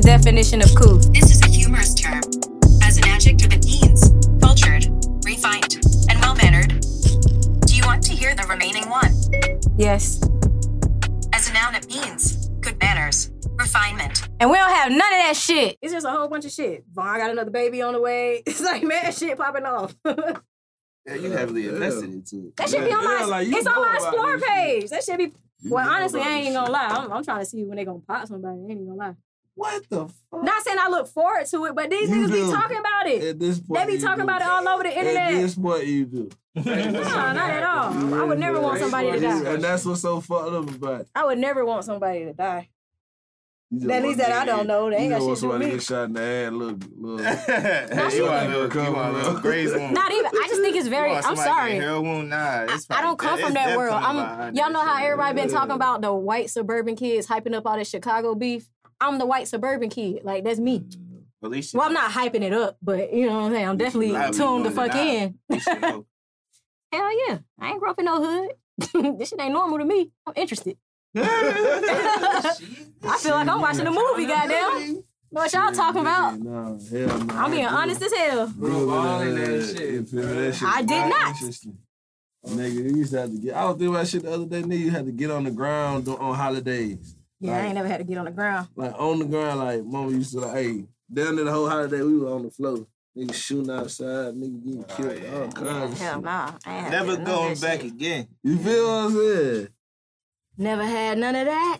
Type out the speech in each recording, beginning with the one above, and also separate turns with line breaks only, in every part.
definition of cool?
This is a humorous term. As an adjective, it means cultured, refined, and well mannered. Do you want to hear the remaining one?
Yes.
As a noun, it means good manners, refinement.
And we don't have none of that shit. It's just a whole bunch of shit. Vaughn got another baby on the way. It's like mad shit popping off. that
Yeah, you heavily invested into it.
should be on my
Yeah, like, you
it's on
know
my
about
explore
this shit.
page. That should be
You
well
know
honestly,
about
I
this
ain't
shit.
gonna lie. I'm, I'm trying to see when they gonna pop somebody. I ain't gonna lie.
What the fuck?
Not saying I look forward to it, but these
You
niggas be
do.
talking about it.
At this point,
They be
you
talking
do.
about it all over the
At
internet.
this point, you do.
No, not at all. I would never want somebody to die.
And that's what's so fucked up about it.
I would never want somebody to die.
You just
At least
want
that I don't know. They
you
ain't got
just
shit
want
to do with
somebody
me.
to get shot in the head. Look, look.
hey,
she
you want to you want to graze wound?
Not even. I just think it's very.
You want
I'm
somebody to
sorry.
Hell wound? Nah, it's
I don't come
probably-
from
it's
that
death
world.
coming
I'm
behind
y'all
that
know how
shit.
everybody been
Yeah.
talking about the white suburban kids hyping up all that Chicago beef. I'm the white suburban kid. Like that's me.
At least you
Well, I'm not hyping it up, but you know what I'm saying? I'm
But Mm. you
definitely
liable, you
tuned the
gonna
fuck
die.
in.
You should know.
Hell yeah. I ain't grew up in no hood. this shit ain't normal to me. I'm interested. I feel like I'm watching a movie, goddamn. What y'all talking about?
No, hell no.
I'm being honest as hell.
Bro, all in that shit.
I did not.
Interesting. Nigga, you used to have to get. I was thinking about shit the other day. Nigga, you had to get on the ground do- on holidays.
Yeah, I ain't never had to get on the ground.
Like on the ground, like mama used to like, hey, down there the whole holiday we were on the floor. Nigga shooting outside, nigga getting killed, all kinds of
Hell
shit.
nah. I ain't had to
Never
get on none
going
of that
back
shit.
again.
You feel what I'm saying?
Never had none of that.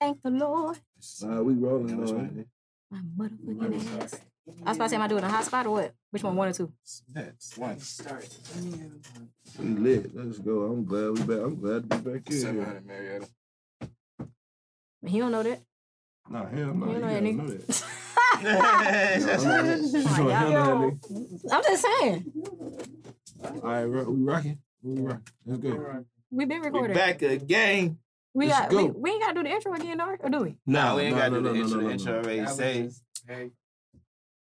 Thank the Lord.
Nah, we rolling
Which
on
one?
My motherfucking ass. I was about to say, am I doing a hot spot or what? Which one? One or two?
That's one.
We lit. Let's go. I'm glad we back. I'm glad to be back here.
Marietta.
He don't know that.
Nah, hell no.
You
You
know
gotta
that
know
nigga.
that.
Oh,
Hell
y'all-
no, nigga.
I'm just saying.
All right, ro- we rocking. We rocking. Let's go.
We've been
We
recording.
back again.
We
Let's
got. We,
go.
we ain't got to do the intro again, or, or do we?
Nah, we ain't got to do the intro.
no,
The
no,
intro
no.
already saved.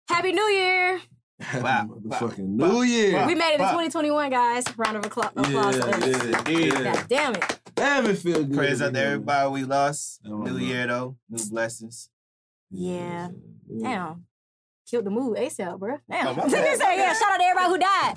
Happy New Year!
Happy
Wow,
Motherfucking
wow,
New
wow,
Year.
wow.
We made it to
Fuck.
2021, guys. Round of accla- applause for
Yeah,
us.
yeah,
Yeah.
yeah.
God damn it!
Damn, it feel good.
Prayers
to
up
be
to
here.
everybody we lost.
Oh,
New
no.
year though. New blessings.
Yeah.
Yeah.
Damn. Killed the mood ASAP, bro.
Oh,
Damn.
my
Let me
bad.
say, yeah, shout out to everybody who died.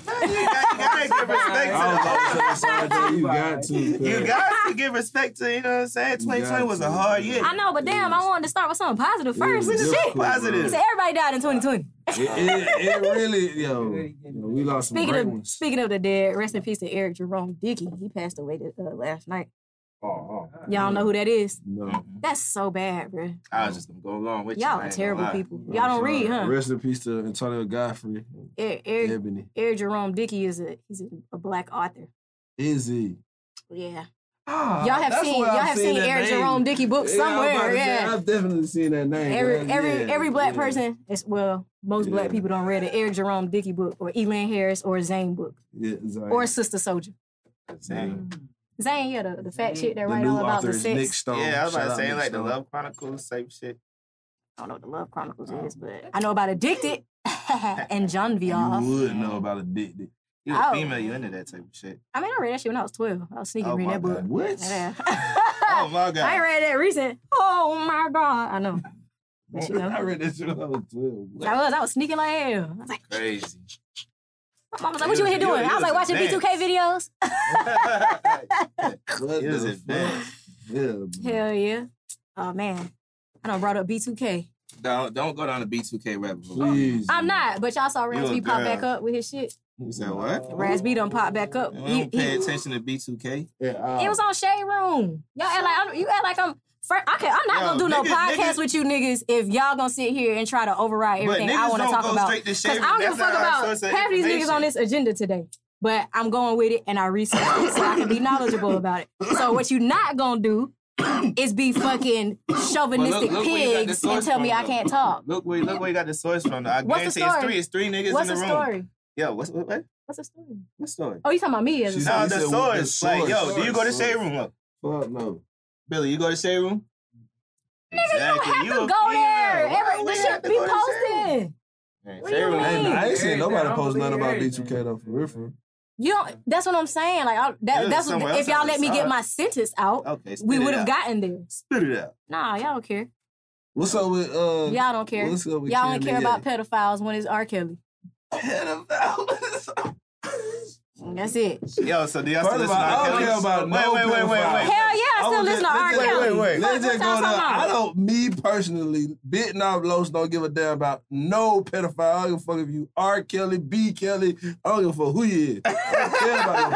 Oh,
you, gotta, you gotta give respect to the
I was about to say the same thing. You got to.
You got to give respect to, you know what I'm saying?
You got
2020 was a
to.
hard year.
I know, but damn, I wanted to start with something positive first.
It was
Shit.
difficult,
Positive.
He
bro.
said everybody died in 2020.
It, it, it really, yo, you know, we lost some
Speaking of
great ones.
speaking of the dead, rest in peace to Eric Jerome Dickey. He passed away th- uh, last night.
Oh, oh.
Y'all know who that is.
No.
That's so bad, bro.
I was just gonna go along with you.
Y'all
I
are
ain't gonna
terrible
lie.
people. Y'all don't read, huh?
Rest in peace to Antonio Godfrey,
Eric, Eric,
Ebony,
Eric Jerome Dickey is a he's a, a black author.
Izzy.
Yeah,
Ah,
y'all have
that's
seen
where
y'all
I've
have seen
that
Eric
name.
Jerome Dickey books
Yeah, I was about
somewhere.
to say,
Yeah,
I've definitely seen that name.
every
girl.
every
Yeah,
every black
yeah.
person is well most black
Yeah.
people don't read an Eric Jerome Dickey book or Elan Harris or Zane book
Yeah, Zion.
or Sister Soldier.
Same.
Zane, yeah, the, the fat shit that
the
write
new
all about
author
the
is
sex.
Nick Stone.
Yeah, I was about
Mm-hmm. Shout
to
out
say
Nick
like the
Stone.
Love Chronicles type shit.
I don't know what the Love Chronicles is,
Oh.
but I know about Addicted and John
You
VR.
would know about addicted.
You a
Oh.
female, you into that type of shit.
I mean, I read that shit when I was 12. I was sneaking
Oh,
reading
my
that book.
God.
What?
Yeah.
Oh my god.
I ain't read that recent. Oh my God. I know. But you
I
know,
read that shit when I was twelve.
I was, I was sneaking like hell. I was like,
Crazy.
my mom was like, what you in here
You- you-
doing? I was
you
like, watching
advanced.
B2K videos.
What
It was
the
advanced.
fuck? Yeah, man.
Hell yeah. Oh man. I done brought up B2K.
don't don't go down the B2K rabbit hole.
Please.
I'm not, but y'all saw Raz
You Mm-hmm.
B
a
pop
girl.
back up with his shit.
You said what?
Raz B done pop back up.
You
He-
don't pay
he-
attention to B2K.
Yeah, uh,
It was on Shade Room. Y'all act like I'm, you act like I'm. Fir- I can, I'm not
Yo,
gonna do no
niggas-
podcast
niggas-
with you niggas if y'all gonna sit here and try to override
But
everything I
niggas
want to
don't
talk
go
about.
straight to Shade
I don't give
Room.
a
That's
fuck
not our
about
source of
half these niggas
information.
on this agenda today. But I'm going with it and I researched it so I can be knowledgeable about it. So what you not gonna do is be fucking chauvinistic
look where you got
pigs
the
and
source
tell me
from,
I can't
though.
talk.
Look where look where you got the source from. though. I
What's the
guarantee it's
story?
three it's three niggas
What's
in
the
the, room.
story?
Yo, what's what? what?
What's the story?
What story?
Oh, you talking about me as a
She's-
source.
No,
he
the
said, what
source.
the
Like,
source?
yo, do you go to
Source.
shade room? Look,
Fuck no.
Billy, you go to shade room.
Niggas don't
Exactly.
have
You
to
a
go there.
female. Why
Every,
we
this
have
shit
to
be
go to shade room?
posted.
Man,
What do
shade
you
room
mean?
ain't
And I ain't
Everything,
seen nobody
I
post
believe
nothing about
everything.
B2K though, for real, for real.
You don't. That's what I'm saying. Like I, that,
Yeah,
that's
somewhere
what, if
else
y'all
on the
let me get
side.
my sentence out,
Okay,
we
spit it
would have
out.
gotten there.
Spit it out.
Nah, y'all don't care.
What's up with uh?
Y'all don't care.
What's up with
Y'all only care
Kanye?
about pedophiles when it's R. Kelly.
pedophiles.
That's it.
Yo, so do y'all still
First
listen
of all,
to
I
R.
don't
Kelly?
care about no
wait, wait, wait, wait,
pedophile.
wait.
Hell yeah, I still
was
listen to
just-
R.
let's just-
Kelly.
wait, wait.
Fuck
Let's
what
just
y'all
go to,
talking about.
I don't, me personally, Big Knob Los don't give a damn about no pedophile. I don't give a fuck if you R. Kelly, B. Kelly. I don't give a fuck who you is. I don't care about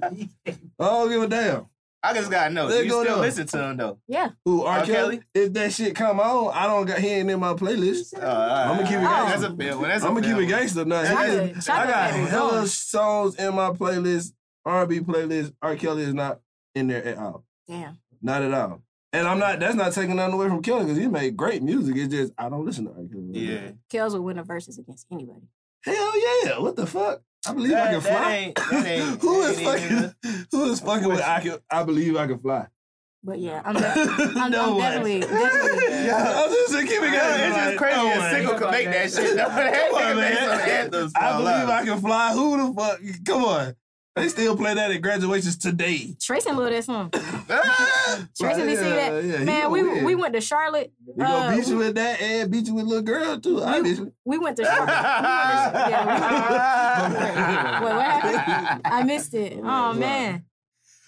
no pedophile. I don't give a damn.
I just gotta know.
Let's
Do you
go
still
down.
listen to him though?
Yeah.
Who, R.
R.
Kelly?
Kelly?
If that shit come on, I don't got, he ain't in my playlist.
Uh, all
I'ma
right.
keep it
That's
gangster.
a fair one. That's
I'm
a
gonna
fair
keep it
one.
gangster. Nah,
Shout
he
out-
is-
shout
I
out
got
to Big
hella
Dog.
songs in my playlist, R&B playlist. R. Kelly is not in there at all.
Damn.
Not at all. And I'm not. That's not taking nothing away from Kelly because he made great music. It's just I don't listen to R. Kelly.
Yeah.
Kells would win a versus against anybody.
Hell yeah! What the fuck? I believe I
That-
can
that
fly.
ain't- that ain't-
who
that
is
ain't even-
fucking? Who is fucking with? I can. I believe I can fly.
But yeah, I'm, def- I'm, I'm
way.
definitely, definitely.
Yeah, I'm just keeping it going.
It's just crazy.
No
a
way.
single could make that shit. though. That
Come
nigga
on,
made
man.
some anthems for
I
our
believe I
lives.
can fly. Who the fuck? Come on. They still play that at graduations today.
Trace and Lil that song.
Ah!
Trace and Lee sing that.
Yeah, yeah, he
Man,
gonna
we
win.
we went to Charlotte.
We gonna
uh,
beat you with that and beat you with little girl too. Obviously.
We went to Charlotte. Wait, what happened? I missed it. Oh man.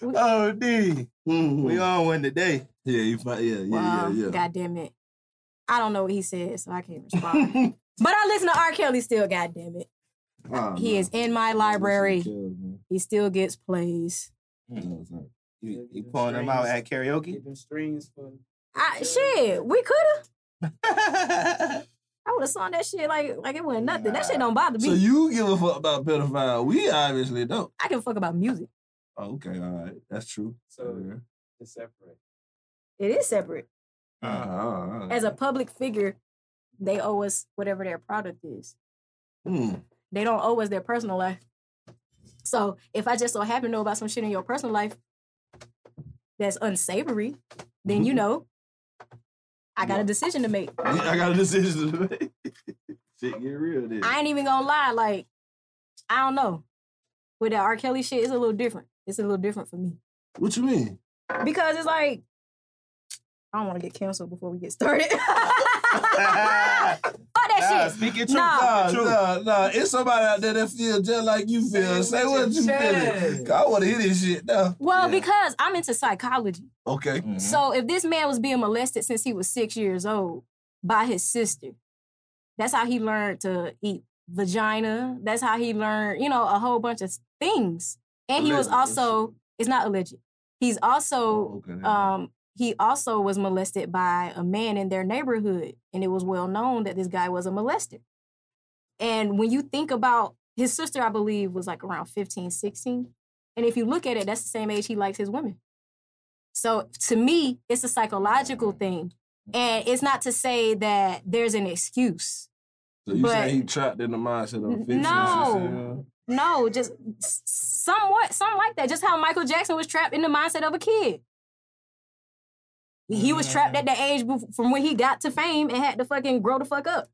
Oh, D. We on one today.
Mm-hmm. Yeah, you fight. Yeah, yeah,
Wow.
yeah, yeah.
God damn it. I don't know what he said, so I can't respond. but I listen to R. Kelly still, god damn it.
Oh,
He
no.
is in my library.
Listen, Kells, man.
He still gets plays.
No, it's not.
You, you pulling them out at karaoke?
Giving strings for
I shit, we could have.
That's
I would have sung that shit like like it wasn't nothing. That shit don't bother me.
So you give a fuck about pedophile? We obviously don't.
I can fuck about music.
Oh, okay, all right, that's true.
so to separate.
It is separate.
Yeah. Uh-huh.
uh, As a public figure, they owe us whatever their product is.
Mm.
They don't owe us their personal life. So if I just so happen to know about some shit in your personal life that's unsavory, then
Mm-hmm.
you know I got a decision to make.
I got a decision to make. Shit, get real then.
I ain't even gonna lie, like, I don't know. With that R. Kelly shit, it's a little different. It's a little different for me.
What you mean?
Because it's like, I don't wanna get canceled before we get started. Fuck
Nah,
that shit.
speak your truth.
Nah.
Nah,
No, no, no. It's somebody out there that feel just like you feel. Say what you feeling. 'Cause I want to hear this shit now.
Well,
Yeah.
because I'm into psychology.
Mm-hmm. Okay.
Mm-hmm.
So if this man was being molested since he was six years old by his sister, that's how he learned to eat vagina. That's how he learned, you know, a whole bunch of things. And he was
Alleged.
also, it's not alleged. He's also,
okay.
um, he also was molested by a man in their neighborhood, and it was well known that this guy was a molester. And when you think about his sister, I believe, was like around 15, 16. And if you look at it, that's the same age he likes his women. So to me, it's a psychological thing. And it's not to say that there's an excuse.
so you
but-
saying he trapped in the mindset of
N-
fixing
no. No, just s- somewhat, something like that. Just how Michael Jackson was trapped in the mindset of a kid. He was trapped at the age bef- from when he got to fame and had to fucking grow the fuck up.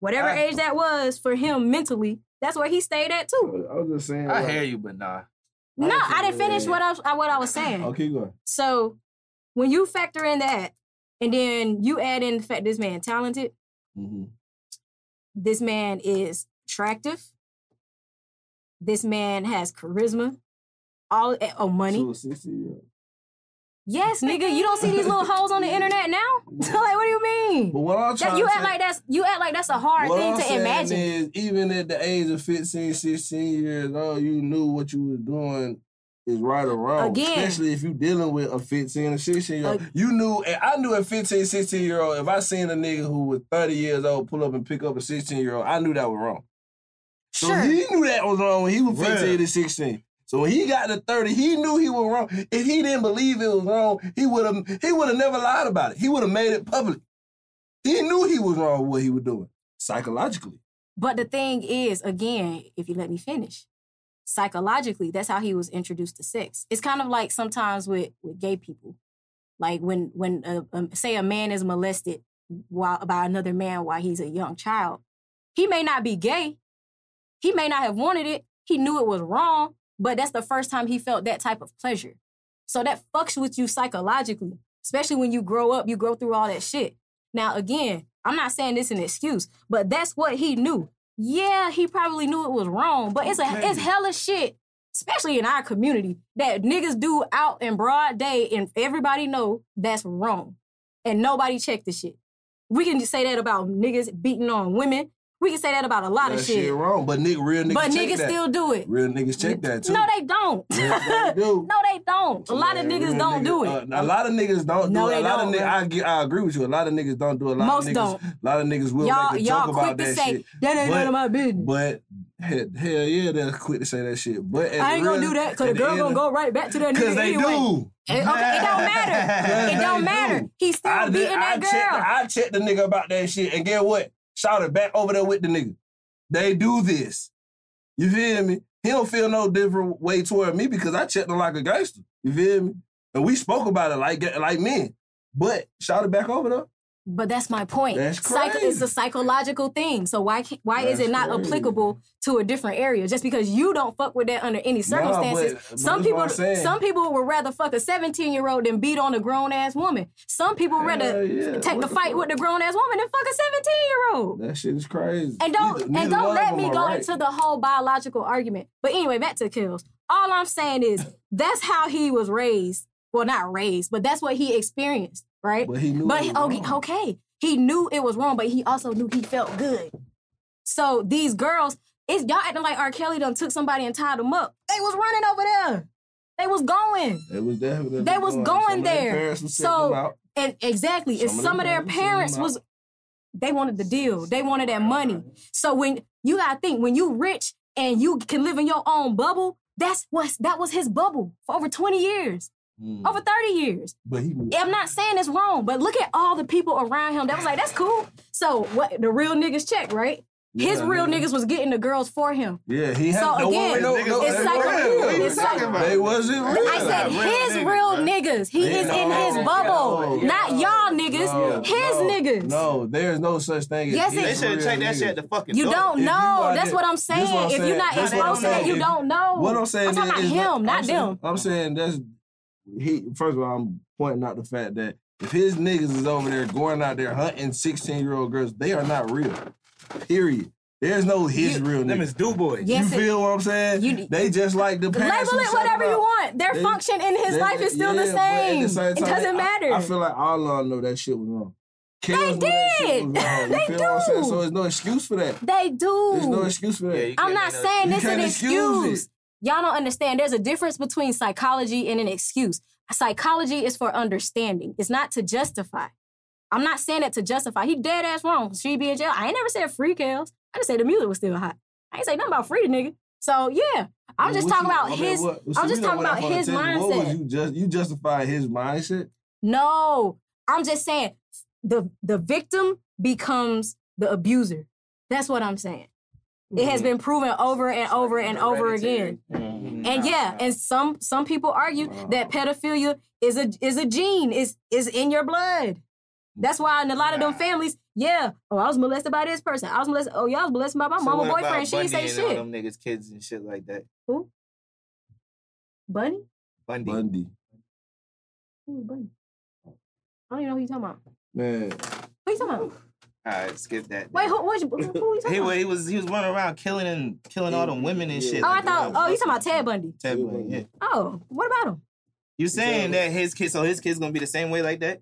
Whatever
I-
age that was for him mentally, that's where he stayed at too.
I was just saying.
I hear you, but nah.
No, I didn't finish what I was, I- what I was saying.
Okay, go.
So when you factor in that, and then you add in the fact this man talented,
Mm-hmm.
this man is attractive, this man has charisma, all eh, oh money.
So a sixty year old.
Yes, nigga, you don't see these little hoes on the internet now. like, what do you
But
mean?
what I'm
That,
trying
you
to
act like that's you act like that's a hard
what
thing
I'm
to
saying
imagine.
Is even at the age of 15, 16 years old, you knew what you was doing is right or wrong.
Again.
Especially if you dealing with a 15 or 16 year old.
Ag-
you knew, and I knew at 15, 16 year old, if I seen a nigga who was 30 years old pull up and pick up a 16 year old, I knew that was wrong. So
sure.
he knew that was wrong when he was 15
Real.
to 16. So when he got to 30, he knew he was wrong. If he didn't believe it was wrong, he would have he would have never lied about it. He would have made it public. He knew he was wrong with what he was doing psychologically.
But the thing is, again, if you let me finish, psychologically, that's how he was introduced to sex. It's kind of like sometimes with with gay people, like when when uh, um, say a man is molested while by another man while he's a young child, he may not be gay, he may not have wanted it, he knew it was wrong, but that's the first time he felt that type of pleasure. So that fucks with you psychologically, especially when you grow up, you grow through all that shit. Now, again, I'm not saying this an excuse, but that's what he knew. Yeah, he probably knew it was wrong, but it's a
Okay.
it's hella shit, especially in our community, that niggas do out in broad day and everybody know that's wrong. And nobody check the shit. We can say that about niggas beating on women. We can say that about a lot
That
of shit.
shit wrong. But nigga, real niggas
but
check
niggas
that.
still do it.
Real niggas check that too.
No, they don't.
Yeah, they do.
no, they don't. A lot of
Yeah,
niggas
real
don't
niggas-
do it.
uh, a lot of niggas don't
No,
do it.
they
A lot
don't,
of niggas,
bro.
I, get- I agree with you. A lot of niggas don't do it. A lot
Most
of niggas,
don't.
a lot of niggas will
y'all,
make a
y'all
joke
quick
about
to
that
say
shit.
that ain't
But-
none of my business.
But hell, hell yeah, they're quick to say that shit. But at
I ain't gonna
real-
do that because the
at
girl
end
gonna
of-
go right back to that nigga
Cause they
anyway.
do.
It, okay, it don't matter. It
Yeah,
don't
they
matter.
do.
He's still
I,
beating
did- I
that
checked.
girl.
I checked the nigga about that shit, and get what? Shout it back over there with the nigga. They do this. You feel me? He don't feel no different way toward me because I checked him like a gangster. You feel me? And we spoke about it like like men. But shout it back over there.
but that's my point.
That's
it's
crazy.
a psychological thing. So why can't, why is
That's
it not
crazy.
applicable to a different area? Just because you don't fuck with that under any circumstances.
but-
some
but that's what
people
I'm saying.
some people would rather fuck a 17 year old than beat on a grown ass woman. Some people
Hell
rather
yeah,
take
what
the
the
fight
fuck?
with the grown ass woman than fuck a 17 year old.
That shit is crazy.
And don't
Neither-
and
neither
don't
one of
let
them
me
are
go
right.
into the whole biological argument. But anyway, back to kills. All I'm saying is that's how he was raised. Well, not raised, but that's what he experienced, right?
But he knew.
But
it was
okay,
wrong.
okay, he knew it was wrong, but he also knew he felt good. So these girls, it's y'all acting like R. Kelly done took somebody and tied them up. They was running over there. They was going.
They was definitely.
They was going
Some of their
there.
parents was setting
So-
them out.
And exactly, and
Some of
some of
them
their
parents, some of
parents
them
was they wanted the deal. They wanted that money. So when you gotta think, when you rich and you can live in your own bubble, that's what's that was his bubble for over 20 years,
Mm.
over 30 years.
But he knew.
I'm not saying it's wrong, but look at all the people around him that was like, that's cool. So what the real niggas check, right? His
Yeah,
real
nigga.
niggas was getting the girls for him.
Yeah, he had
So
no
again,
one. No,
Niggas
no,
was
it's
they
psycho-
wasn't
real.
real.
It's psycho-
They wasn't real.
I said
real
his
niggas,
real
bruh.
niggas. He
Yeah,
is in
no,
his
no,
bubble.
no,
Not y'all niggas,
No,
his
no,
niggas.
No, there's no such thing.
Yes,
as
it-
They
It's
should have
real
checked that shit
niggas.
at the fucking
You
door.
don't
If you
know.
out
That's
there-
what I'm
this what I'm
saying. If you're
saying.
not
what
This
I'm
exposed to that,
saying.
you
If-
don't know.
What I'm saying
I'm talking
is-
about
is that-
him, not
I'm saying-
them.
I'm saying that's he. First of all, I'm pointing out the fact that if his niggas is over there going out there hunting 16 year old girls, they are not real. Period. There's no his real
Them
niggas.
is do boys.
Yeah. Yes,
you
it-
feel what I'm saying?
you-
they just like the
Label
parents who
it
set
whatever
them
you
out.
want. Their
They-
function in his
They-
life is still the
yeah, but at
same.
same
it
time,
doesn't
I-
matter.
I, feel like all of them know that shit was wrong. Kels
They
knew that shit
did.
was wrong. You
They
feel what I'm saying?
do.
So there's no excuse for that.
they do.
There's no excuse for that.
Yeah, you
I'm
can't
not
make no-
saying
you
this an
can't excuse
excuse. Y'all don't understand. There's a difference between psychology and an excuse. Psychology is for understanding. It's not to justify. I'm not saying that to justify. He dead ass wrong. She be in jail. I ain't never said free kills. I just said the music was still hot. I ain't say nothing about free the nigga. So yeah, I'm just
What
talking
you-
about
I mean,
his.
what-
I'm
so
just
we know
talking
what I'm
about
gonna
his
tell you. What was
mindset.
you just you justify his mindset?
No, I'm just saying the the victim becomes the abuser. That's what I'm saying. It
Mm-hmm.
has been proven over and over and over again. And yeah, and some some people argue that pedophilia is a is a gene, is is in your blood. That's why in a lot of them
Nah.
families, yeah, oh, I was molested by this person. I was molested. Oh, y'all was molested by my
So
mama
what about
boyfriend. She ain't say
Bundy and all
shit.
Them niggas, kids and shit like that.
Who? Bunny?
Bundy.
Bundy.
Who is Bunny? I don't even know who you talking about.
Man.
Who you talking about?
All right, skip that.
Wait, who? What, who, who you talking
He, wa-
about?
he was he was running around killing and killing all them women and shit.
Oh, I
like,
thought.
around
Oh, you talking about Ted Bundy?
Ted Bundy, yeah.
Oh, what about him?
You saying that his kid, so his kid's gonna be the same way like that?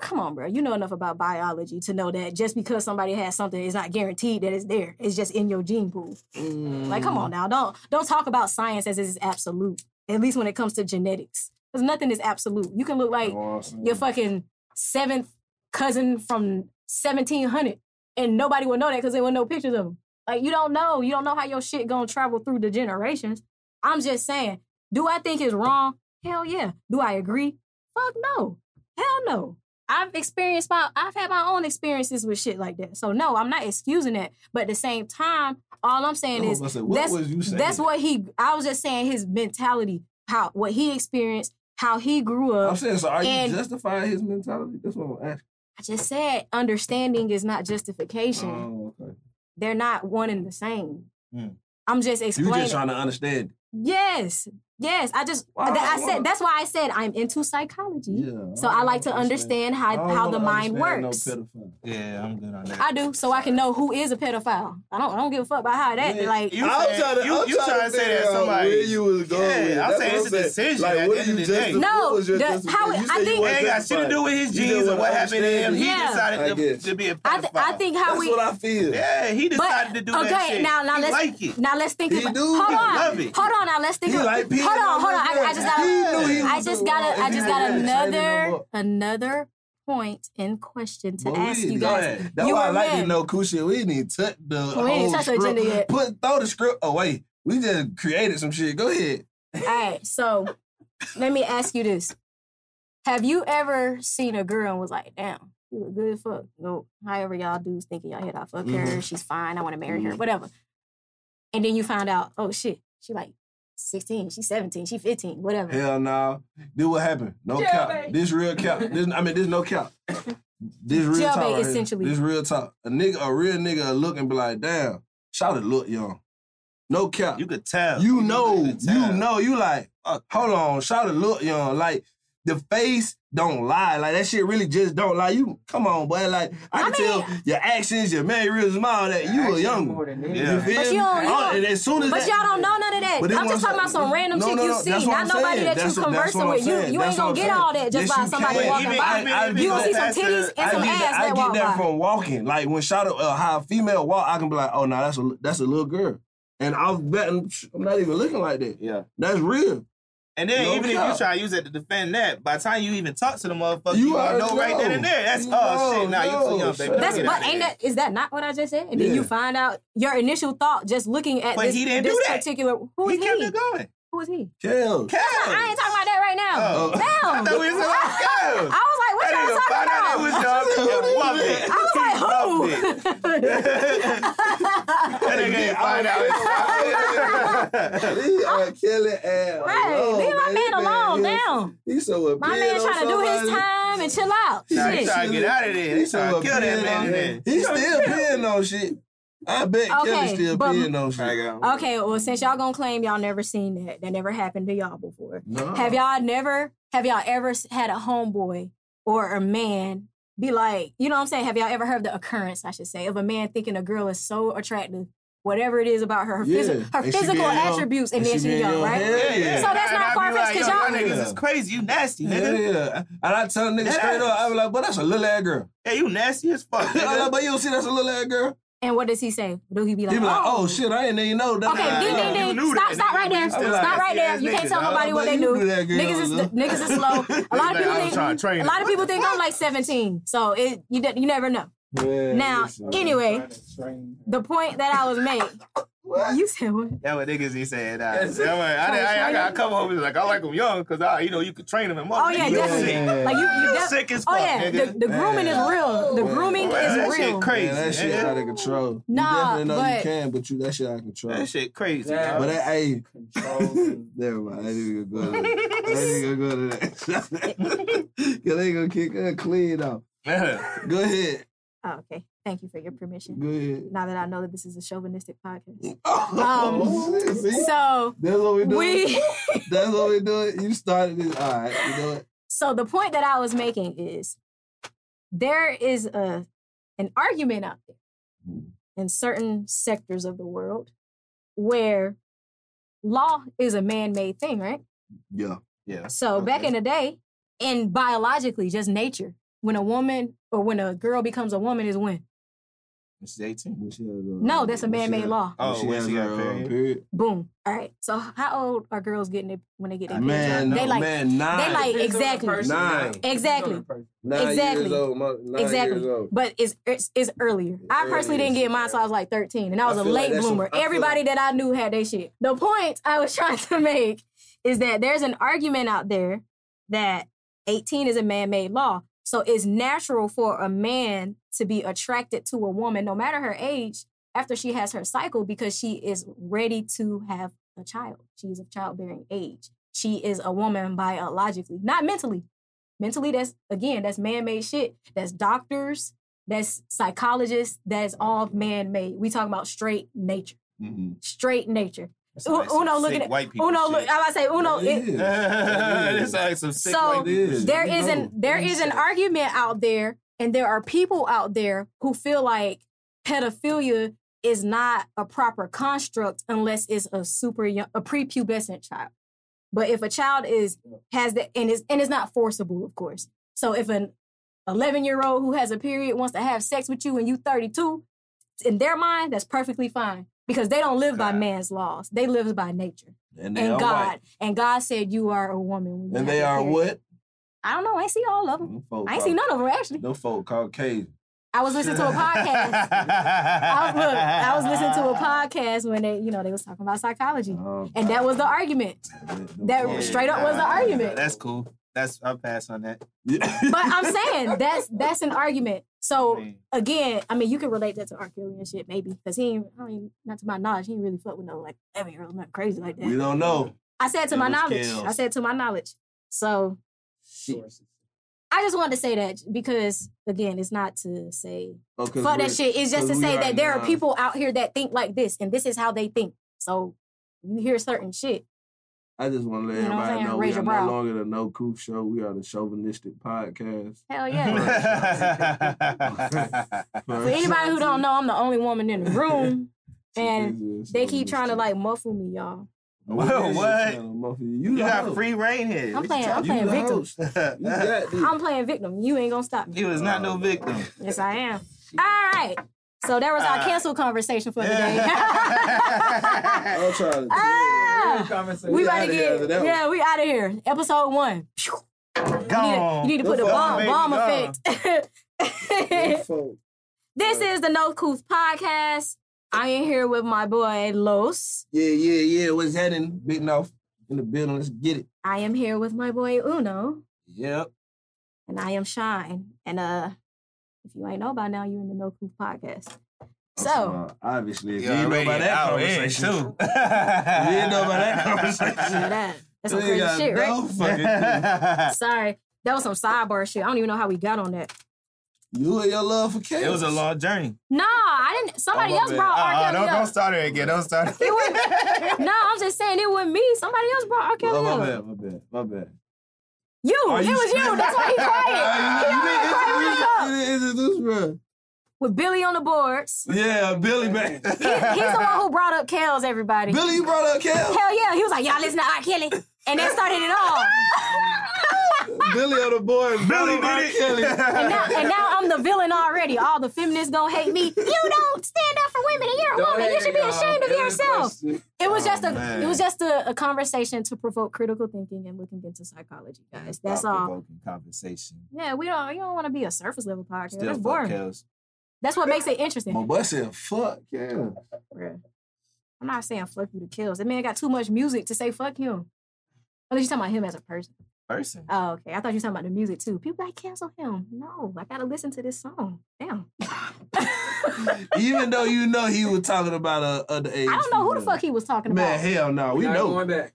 Come on, bro. You know enough about biology to know that just because somebody has something, it's not guaranteed that it's there. It's just in your gene pool. Like, come
Mm.
on now, don't don't talk about science as it's absolute. At least when it comes to genetics, because nothing is absolute. You can look like
Oh.
your fucking seventh cousin from seventeen hundred, and nobody will know that because there were no pictures of them. Like, you don't know. You don't know how your shit gonna travel through the generations. I'm just saying. Do I think it's wrong? Hell yeah. Do I agree? Fuck no. Hell no. I've experienced my I've had my own experiences with shit like that. So no, I'm not excusing that. But at the same time, all I'm saying is
I said, what
that's-
was you saying?
that's what he. I was just saying his mentality, how what he experienced, how he grew
I'm
up.
saying. So are
and-
you justifying his mentality? That's what I'm asking.
I just said understanding is not justification.
Oh, okay.
They're not one and the same.
Mm.
I'm just
Hmm. You
explaining.
just trying to understand.
yes, Yes, I just
Wow,
that I
wow.
said that's why I said I'm into psychology.
Yeah,
So
I
I like to
don't
understand
I
how
don't
how
wanna
the mind
understand
works.
No pedophile.
Yeah, I'm good on that.
I do, so I can know who is a pedophile. I don't I don't give a fuck about how that
Yeah,
like
you
I'm
said-
trying to,
you-
I'm
you
trying
trying to say
figure
that
out
somebody-
where you was going.
Yeah,
with. it.
I'm
That's
saying
what
it's a
saying.
decision
Like,
at
what
the end
did you
of the
justify-
day.
No,
what was your
the- how
justify-
it-
you said
I
you
think-
wasn't
It ain't got shit to
justified.
do with his
You
genes
didn't
and what
wanna
happened to him.
understand
He
it. Yeah.
I
decided to,
guess.
to be a pedophile.
I, th- I think how
That's
we
what I feel.
Yeah, he decided to do
okay,
that shit.
now now
he
let's
like it.
now let's think
He
about
do.
hold
He
on
love it.
hold on now let's think
He
about
like
hold
peeing
on
on
hold on I,
that
I just
girl. He knew he
got I
was
just
doing
got
wrong.
I
He
just
didn't
got
have to say no
another
more.
another point in question to
But we
ask you
didn't-
guys.
Yeah.
That's
You
why I
are
like
red.
to know cool shit. We didn't even touch the
We
whole
didn't touch the
script.
agenda yet.
Put throw the script away. We just created some shit. Go ahead.
All right, so let me ask you this: Have you ever seen a girl and was like, "Damn, you look good as fuck"? No, however y'all dudes think in y'all head, I fuck her.
Mhm.
She's fine. I want to marry her.
Mhm.
Whatever. And then you find out, oh shit, she like sixteen, she seventeen, she fifteen, whatever.
Hell no. This what happened. No
Yeah,
cap.
babe.
This real cap. This I mean, this no cap. This real
Yeah,
talk.
babe,
right here.
essentially.
This real talk. A nigga, a real nigga, will look and be like, damn, shout it, look young. No cap.
You could tell.
You know,
could tell.
you know, you like, uh, hold on, shout it, look young. Like the face don't lie. Like that shit really just don't lie. You come on, boy. Like I,
I
can tell your actions, your mannerisms, all that. You a young.
More than
Yeah.
You
anything.
feel
But
me?
you don't- you
Oh,
don't-
and as soon as
But
that-
y'all don't know none of that. I'm
But this what
just
I'm
talking about
saying.
some random
No,
chick
no,
you
no,
see,
that's what
not
I'm
nobody
saying.
that
That's
you
what- that's
conversing
what I'm
with. You
saying.
you
That's
ain't
what
gonna
I'm
get
saying.
all that just
Yes,
by
you
somebody
can.
walking
Even-
by. you
even if it
will see
was
some titties
past
and
the-
I
some
get,
ass
that, I
that
get
walk
that
by.
from walking. Like when shout out uh, how a female walk, I can be like, oh no, that's a that's a little girl, and I'm betting psh, I'm not even looking like that.
Yeah.
That's real.
And then
No
even if
cap.
you try to use it to defend that, by the time you even talk to the motherfucker,
You
you, gonna
already
know right then and
know.
there. That's
You
oh
know,
shit. Now you
no,
too young, baby.
shit.
That's
Get
but
out of
ain't
here.
that is that not what I just said? And then you
Yeah.
find out your initial thought just looking at
But
this,
he didn't do
this
that.
particular who
He
is
kept
he?
it going.
Who is he?
Hell,
Cal.
I ain't talking about that right now.
Oh.
Damn.
I thought we was
I
about Cal.
was like, what
That
y'all
nigga
talking
found out it was
about? I
young and loved it.
was like, who?
That nigga ain't find out his father.
Leave R. Kelly ass
right.
oh,
alone,
Leave my
man.
man
This
alone.
he-
Damn.
He so
My
appealing
man
on
trying to do his
somebody.
time and chill out.
Nah,
he
Shit.
trying to get out of there. He trying to kill that
appealing
man in
on-
there.
He still peeing on shit. I bet
Okay,
Kelly still
but-
peeing on shit.
um,
Okay, well, since y'all gonna claim y'all never seen that, that never happened to y'all before.
No.
Have y'all never, have y'all ever s- had a homeboy or a man be like, you know what I'm saying? Have y'all ever heard the occurrence, I should say, of a man thinking a girl is so attractive, whatever it is about her, her,
Yeah,
physi- her
and she
physical
being young,
attributes, and,
and
then
she
she
being
young,
young.
right?
Hell yeah.
So that's
And
not
I be
far-fetched 'cause
like,
y'all-
yo, y'all niggas is crazy. You nasty,
Yeah,
nigga.
yeah. And I tell niggas
Yes.
straight up, I be like, but that's a little ass girl.
Hey, you nasty as fuck.
I
nigga.
like, but you don't see that's a little ass girl.
And what does he say? Do he be
He
like,
be like, oh shit, I didn't even know that.
Okay,
Nah,
ding
nah, you
ding
knew
ding. Stop,
that,
stop
nigga.
right there.
You still
Stop
nasty
right there.
ass
You can't
nigga,
tell
dog.
nobody what
But
they
you
do.
do that, girl,
Niggas is
look.
niggas is slow. A lot
Like,
of
I
people
was
think
trying to
a
train her.
lot of
What
people
the
think I'm like 17. So it you de- you never know. Now, anyway, the point that I was making. You said what?
That what niggas he said. Nah.
That's it.
That what, I, did- I, I got a couple homies like I like them young because I, you know, you could train them and mother-
Oh, yeah,
you
definitely.
Sick.
Like you, you def-
sick as fuck,
Oh yeah, the,
nigga.
the grooming is real. The grooming
Man, that
is
shit
real.
crazy.
Yeah, that shit
nigga.
out of control.
Nah,
you definitely know
but-
you can, but you that shit out of control.
That shit crazy.
Yeah.
dog.
But that, hey,
Control.
never mind. I ain't gonna go to that. I ain't gonna go to that. Cause they gonna kick her clean off.
Yeah.
Go ahead.
Oh, okay. Thank you for your permission.
Go ahead.
Now that I know that this is a chauvinistic podcast.
Oh, shit, see?
So
That's what we do.
we
That's what we do. You started this. All right. You know what?
So the point that I was making is there is a an argument out there in certain sectors of the world where law is a man-made thing, right?
Yeah.
yeah.
So back
Okay.
in the day, and biologically, just nature, when a woman or when a girl becomes a woman is when.
She's 18.
When she has, uh,
No, that's a
when she
man-made
has-
law.
Oh,
when she
when
has
she got
her, uh,
period.
Boom. All right. So how old are girls getting it when they get their
Man,
period?
no,
They like
man, nine.
they like exactly.
Nine.
Exactly.
Nine
Exactly.
Years old, my, nine
Exactly.
Years old.
But it's, it's it's earlier. I
Yeah,
personally
it
didn't
is.
get mine until I was like 13, and I was
I
a
feel like
late
that's a-
bloomer.
I feel
Everybody that I knew had that shit. The point I was trying to make is that there's an argument out there that 18 is a man-made law. So it's natural for a man to be attracted to a woman, no matter her age, after she has her cycle, because she is ready to have a child. She is of childbearing age. She is a woman biologically, not mentally. Mentally, that's again, that's man-made shit. That's doctors, that's psychologists, that's all man-made. We talking about straight nature.
Mhm.
Straight nature. U- Uno look at it.
white people.
Uno, look,
shit.
I about to say Uno. It,
this like some sick
So,
white people. shit.
there
You
is
know.
an there is an argument out there, and there are people out there who feel like pedophilia is not a proper construct unless it's a super young, a prepubescent child. But if a child is has that and is and it's not forcible, of course. So if an 11 year old who has a period wants to have sex with you and you 32, in their mind, that's perfectly fine because they don't live by
God.
man's laws. They live by nature
And they
and
are
God.
white.
And God said, "You are a woman." when you
And
have
they
a
are
period."
what?
I don't know. I ain't see all of them.
Them folk
I ain't see
called-
none of them actually.
Them folk Caucasian.
I was listening to a podcast. I was, look, I was listening to a podcast when they, you know, they was talking about psychology,
Um,
and that was the argument.
them
that
folk-
straight up was the
nah,
argument.
That's cool. That's I'll pass on that.
But I'm saying that's that's an argument. So
Man.
again, I mean, you can relate that to R. Kelly and shit, maybe, because he, ain't, I mean, not to my knowledge, he ain't really fuck with no like eleven year old, not crazy like
we
that.
don't know.
I said to
It
my
was
knowledge.
Kells.
I said to my knowledge. So
Sources.
I just wanted to say that because again, it's not to say
Okay.
fuck that shit. It's just to
because we
say
are
that there are
not-
people out here that think like this, and this is how they think. So you hear certain shit.
I just want to let
You know what I'm
everybody
saying?
know,
Raise your
we are
brow.
no longer the No Coop Show. We are the chauvinistic podcast.
Hell yeah. For anybody who don't know, I'm the only woman in the room, and they keep trying to like muffle me, y'all.
Whoa, what?
You, Ah.
you
the
got
host.
free reign here.
I'm
What you
playing. I'm
You
playing
the
victim.
host. You got this.
I'm playing victim. You ain't gonna stop me.
He was not no victim.
Yes, I am. All right. So that was our
Ah.
cancel conversation for today.
Yeah. Oh,
I'm trying to.
Ah.
Conversation.
We
We
about to
outta here
get
after that
yeah, we out of here. Episode one. Phew. You need to,
Gone.
you need to put the
Gone,
bomb
baby,
bomb
gone.
effect.
folk.
this is the No Cooth podcast. I am here with my boy Los.
Yeah, yeah, yeah. What's happening? Big mouth in the building. Let's get it.
I am here with my boy Uno,
Yep.
and I am Shine. And uh, if you ain't know by now, you're in the No Cooth podcast. So
Uh, obviously, if
You
you didn't know
already
about that
out in,
conversation.
too.
You didn't know about that
you know
conversation.
that that's some
We
crazy
got
shit,
no
right?
fucking clue.
Sorry, that was some sidebar shit. I don't even know how we got on that.
You and your love for chaos.
it was a long journey.
Nah, I didn't. Somebody
Oh, my
else
bad.
brought
Ah,
Oh,
R.
oh,
Kelly
don't,
up.
don't start it again. Don't start it.
No, I'm just saying it wasn't me. Somebody else brought R. Kelly
Oh, my
up.
bad, my bad, my bad.
You,
Are
it
you
was you.
sure?
That's why he quiet. He always quiet when I talk.
You didn't introduce bro.
With Billy on the boards.
Yeah, Billy back.
He, he's the one who brought up Kels, everybody.
Billy, you brought up Kel.
Hell yeah. He was like, y'all listen to R. Kelly. And that started it all.
Billy on the board.
Billy
brought up
did it.
R. Kelly.
and, now, and now I'm the villain already. All the feminists gonna hate me. You don't stand up for women and you're a woman. You should be ashamed of yourself. It was just a
Oh, man.
it was just a, a conversation to provoke critical thinking and looking into psychology, guys. That's all.
Thought-provoking Conversation.
Yeah, we don't you don't want to be a surface level podcast.
Still
That's
fuck
boring.
Kels.
That's what makes it interesting.
My boy said, "Fuck yeah."
bruh. I'm not saying fuck you to kills. That man got too much music to say fuck him. Unless you're talking about him as a person.
Person.
Oh, okay. I thought you were talking about the music too. People like cancel him. No, I gotta listen to this song. Damn. I
Even though you know he was talking about a other age.
don't know who the fuck he was talking
Man,
about.
hell no, we
Not
know.
Going back.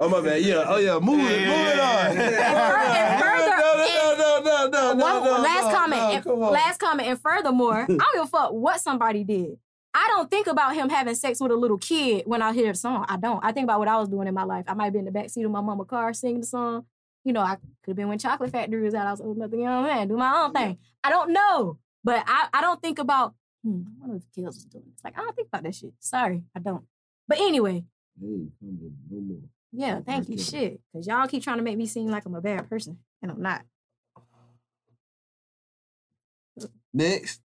Oh my bad, yeah, oh yeah, move it, move it on.
And fur- and
No, no, no, no, no,
One,
no, no,
last
no,
comment.
no,
and-
come on.
last comment. And furthermore, I don't give a fuck what somebody did. I don't think about him having sex with a little kid when I hear a song. I don't. I think about what I was doing in my life. I might be in the backseat of my mama's car singing the song. You know, I could have been when Chocolate Factory was out. I was old nothing, you know what I'm saying? Do my own thing. I don't know. But I, I don't think about, hmm, I wonder if Kills was doing this. Like, I don't think about that shit. Sorry, I don't. But anyway,
Hey, come on, no more.
yeah, thank you.
Okay.
Shit. Because y'all keep trying to make me seem like I'm a bad person, and I'm not.
Next.